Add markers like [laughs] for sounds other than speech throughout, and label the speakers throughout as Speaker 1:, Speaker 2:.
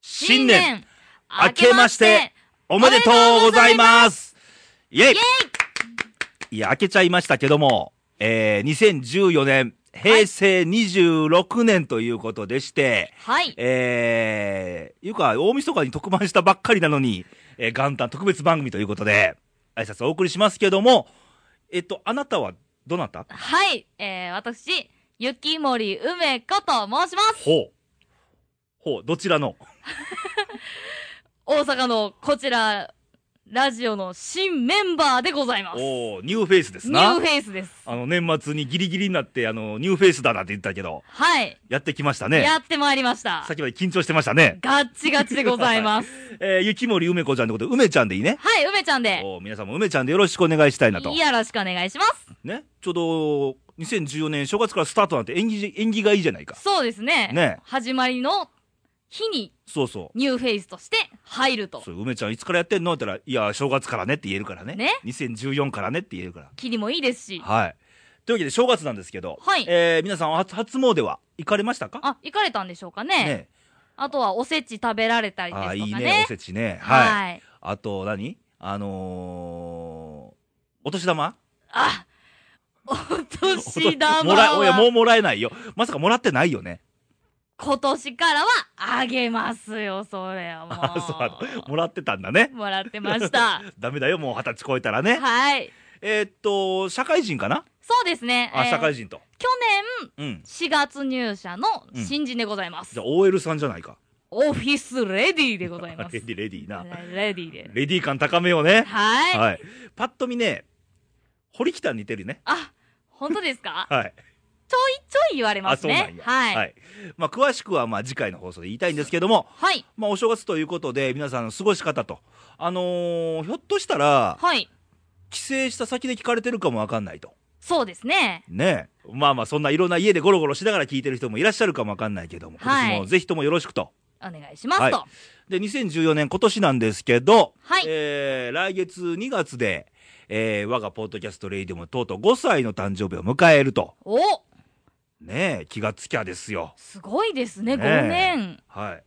Speaker 1: 新年明けましておめでとうございますイェイ
Speaker 2: イェイ
Speaker 1: いや、明けちゃいましたけども、えー、2014年、平成26年ということでして、
Speaker 2: はい。
Speaker 1: えー、いうか、大晦日に特番したばっかりなのに、えー、元旦特別番組ということで、挨拶をお送りしますけども、えっと、あなたはどなた
Speaker 2: はい。えー、私、雪森梅子と申します。
Speaker 1: ほう。ほう、どちらの
Speaker 2: 大阪のこちら、ラジオの新メンバーでございます。ニ
Speaker 1: おーニューフェイスです
Speaker 2: ュー
Speaker 1: な
Speaker 2: フ。ェイスです。
Speaker 1: あの、年末にギリギリになって、あの、ニューフェイスだなんて言ったけど、
Speaker 2: はい。
Speaker 1: やってきましたね。
Speaker 2: やってまいりました
Speaker 1: さっ。きまで緊張してましたね。
Speaker 2: ガッチガチでございます。
Speaker 1: [laughs] えー、雪森梅子ちゃんってことで、梅ちゃんでいいね。
Speaker 2: はい、梅ちゃんで。
Speaker 1: おー皆さんも梅ちゃんでよろしくお願いしたいなと。
Speaker 2: よろしくお願いします。
Speaker 1: ね。ちょうど、2014年正月からスタートなんて縁起じ、縁起がいいじゃないか。
Speaker 2: そうですね。
Speaker 1: ね
Speaker 2: 始まりの日に
Speaker 1: そうそ
Speaker 2: ニューフェイスとして入る
Speaker 1: う。
Speaker 2: と
Speaker 1: そ。う梅ちゃんいつからやってんのって言ったら、いや、正月からねって言えるからね。
Speaker 2: ね
Speaker 1: 2014からねって言えるから。
Speaker 2: 切りもいいですし。
Speaker 1: はい。というわけで正月なんですけど、
Speaker 2: はい
Speaker 1: えー皆さん初初詣は行かれましたか
Speaker 2: あ、行かれたんでしょうかね。
Speaker 1: ね
Speaker 2: あとはおせち食べられたりです
Speaker 1: あ
Speaker 2: とか
Speaker 1: ー
Speaker 2: ね。
Speaker 1: いいね、おせちね。はい。
Speaker 2: はい。
Speaker 1: あと何、あのー、お年玉
Speaker 2: あ、お年
Speaker 1: も
Speaker 2: 玉
Speaker 1: らえ、いや、もう
Speaker 2: は
Speaker 1: もらえないよ。まさかもらってないよね。
Speaker 2: 今年からはあげますよ、それはもう。
Speaker 1: [laughs] あ、そうあの、もらってたんだね。
Speaker 2: もらってました。
Speaker 1: ダメだよ、もう二十歳超 [laughs] えたらね。
Speaker 2: はい。
Speaker 1: えーっと、社会人かな
Speaker 2: そうですね。
Speaker 1: あ、
Speaker 2: えー
Speaker 1: 社会人と。
Speaker 2: 去
Speaker 1: うん。
Speaker 2: 年4月入社の新人でございます。
Speaker 1: じゃあ、OL さんじゃないか。
Speaker 2: オフィスレディーでございます。
Speaker 1: レディ、レディーな。
Speaker 2: レディーで。
Speaker 1: レディー感高めようね。
Speaker 2: はい。
Speaker 1: はい。パッと見ね、堀北に似てるね。
Speaker 2: あ、本当ですか
Speaker 1: はい。
Speaker 2: ちょいちょい言われま
Speaker 1: あ、
Speaker 2: す
Speaker 1: そうな
Speaker 2: ね
Speaker 1: ん。や。
Speaker 2: はい。
Speaker 1: は
Speaker 2: はい。
Speaker 1: い。まあ、詳しくは、まあ、次回の放送で言いたいんですけども、
Speaker 2: はい。
Speaker 1: まあ、お正月ということで、皆さんの過ごし方と。あのー、ひょっとしたら、帰省した先で聞かれてるかもわかんないと。
Speaker 2: そうですね。
Speaker 1: ねえ。まあまあ、そんないろんな家でゴロゴロしながら聞いてる人もいらっしゃるかもわかんないけども、
Speaker 2: は
Speaker 1: 今
Speaker 2: い
Speaker 1: 年もぜひともよろしくと。
Speaker 2: お願いしますと。
Speaker 1: はで、2014年今年なんですけど、
Speaker 2: はい
Speaker 1: えー来月2月で、えー我がポッドキャストレイディもとうとう5歳の誕生日を迎えると。
Speaker 2: お
Speaker 1: ねえ、気がつきゃですよ。
Speaker 2: すごいですね、
Speaker 1: ねえ
Speaker 2: 5年。
Speaker 1: はい。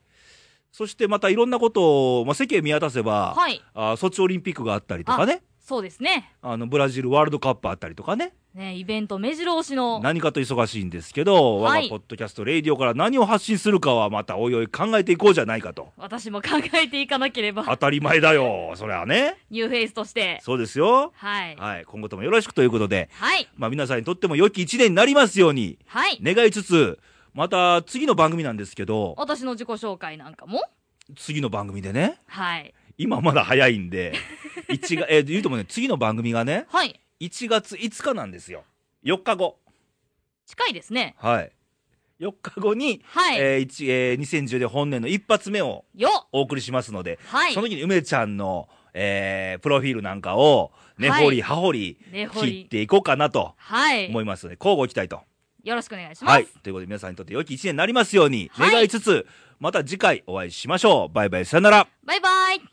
Speaker 1: そしてまたいろんなことを、まあ、世間見渡せば、
Speaker 2: はい。
Speaker 1: あソチオリンピックがあったりとかね、
Speaker 2: そうですね。
Speaker 1: あの、ブラジルワールドカップあったりとかね、
Speaker 2: ね、イベント目白押しの。
Speaker 1: 何かと忙しいんですけど、
Speaker 2: は
Speaker 1: 我が
Speaker 2: い
Speaker 1: ポッドキャストレイディオから何を発信するかはまたおいおい考えていこうじゃないかと。
Speaker 2: 私も考えていかなければ、
Speaker 1: 当たり前だよ、そりゃね。
Speaker 2: ニューフェイスとして。
Speaker 1: そうですよ。
Speaker 2: はい。
Speaker 1: はい、今後ともよろしくということで、
Speaker 2: はい。
Speaker 1: まあ皆さんにとっても良き一年になりますように
Speaker 2: はい。
Speaker 1: 願いつつ、また次の番組なんですけど、
Speaker 2: 私の自己紹介なんかも。
Speaker 1: 次の番組でね、
Speaker 2: はい。が
Speaker 1: 今まだ早いん
Speaker 2: [laughs]
Speaker 1: で、一月、えー言うともね、次の番組がね、
Speaker 2: はい。
Speaker 1: 1月5日なんですよ。4日後。
Speaker 2: 近いですね。
Speaker 1: はい。4日後に、
Speaker 2: はい。
Speaker 1: えー一えー2010で本年の一発目を
Speaker 2: よ
Speaker 1: お送りしますので、
Speaker 2: はい
Speaker 1: そ。の時に梅ちゃんの、えープロフィールなんかを、根掘り葉掘り、
Speaker 2: ねほ
Speaker 1: 切っ
Speaker 2: り。
Speaker 1: ていこうかなと
Speaker 2: はい。
Speaker 1: 思いますので、交互期待と。
Speaker 2: よろしくお願いします。
Speaker 1: はい。ということで皆さんにとって良き一年になりますように、
Speaker 2: はい
Speaker 1: 願いつつ、また次回お会いしましょう。バイバイ、さよなら。
Speaker 2: バイバイ。